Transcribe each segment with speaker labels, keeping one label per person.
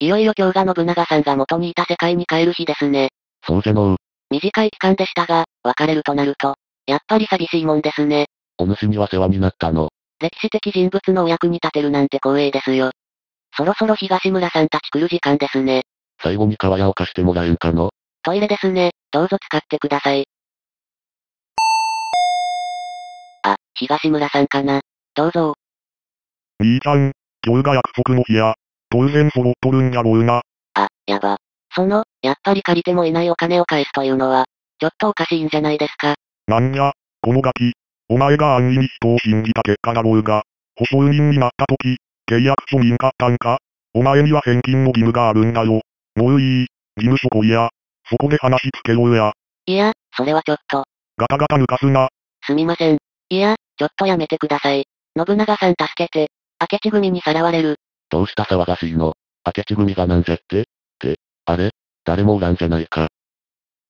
Speaker 1: いよいよ今日が信長さんが元にいた世界に帰る日ですね。
Speaker 2: そうじゃのう。
Speaker 1: 短い期間でしたが、別れるとなると、やっぱり寂しいもんですね。
Speaker 2: お主には世話になったの。
Speaker 1: 歴史的人物のお役に立てるなんて光栄ですよ。そろそろ東村さんたち来る時間ですね。
Speaker 2: 最後に川屋を貸してもらえんかの。
Speaker 1: トイレですね。どうぞ使ってください。あ、東村さんかな。どうぞ。
Speaker 3: 兄ちゃん、今日が約束の日や。当然揃っとるんやろうな。
Speaker 1: あ、やば。その、やっぱり借りてもいないお金を返すというのは、ちょっとおかしいんじゃないですか。
Speaker 3: なんや、このガキ。お前が安易に人を信じた結果だろうが、保証人になった時、契約書にんかったんかお前には返金の義務があるんだよ。もういい、事務所来いや。そこで話つけろや。
Speaker 1: いや、それはちょっと、
Speaker 3: ガタガタ抜かすな。
Speaker 1: すみません。いや、ちょっとやめてください。信長さん助けて。明智組にさらわれる。
Speaker 2: どうした騒がしいの明智組がなんぜってって、あれ誰もおらんじゃないか。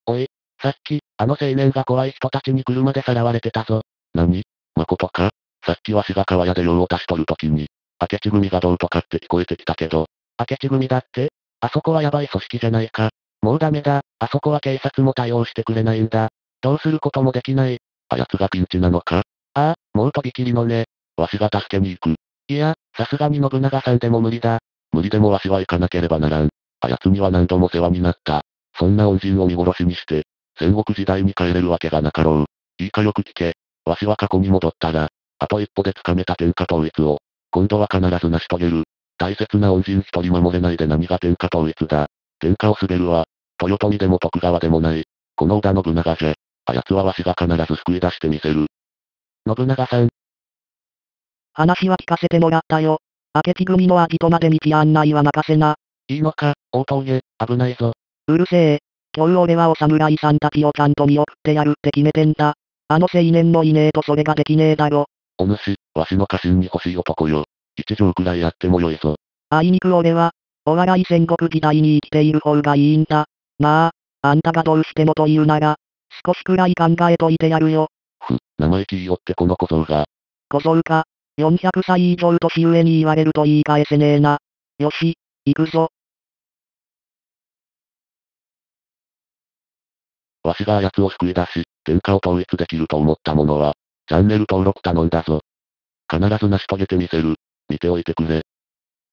Speaker 2: おい、さっき、あの青年が怖い人たちに車でさらわれてたぞ。何誠かさっきわしが川屋で用を足しとるときに、明智組がどうとかって聞こえてきたけど。明智組だってあそこはやばい組織じゃないか。もうダメだ、あそこは警察も対応してくれないんだ。どうすることもできない。あやつがピンチなのかああ、もうとびきりのね。わしが助けに行く。いや、さすがに信長さんでも無理だ。無理でもわしは行かなければならん。あやつには何度も世話になった。そんな恩人を見殺しにして、戦国時代に帰れるわけがなかろう。いいかよく聞け。わしは過去に戻ったら、あと一歩で掴めた天下統一を、今度は必ず成し遂げる。大切な恩人一人守れないで何が天下統一だ。天下を滑るは、豊臣でも徳川でもない。この織田信長じゃ。あやつはわしが必ず救い出してみせる。信長さん、
Speaker 4: 話は聞かせてもらったよ。明智組のアジトまで道案内は任せな。
Speaker 2: いいのか、大峠、危ないぞ。
Speaker 4: うるせえ。今日俺はお侍さんたちをちゃんと見送ってやるって決めてんだ。あの青年のいねえとそれができねえだろ。
Speaker 2: お主、わしの家臣に欲しい男よ。一条くらいやってもよいぞ。
Speaker 4: あいにく俺は、お笑い戦国時代に生きている方がいいんだ。まあ、あんたがどうしてもと言うなら、少しくらい考えといてやるよ。
Speaker 2: ふ、生意気いいよってこの小僧が。
Speaker 4: 小僧か。400歳以上年上に言われると言い返せねえな。よし、行くぞ。
Speaker 2: わしがあやつを救い出し、天下を統一できると思った者は、チャンネル登録頼んだぞ。必ず成し遂げてみせる。見ておいてくれ。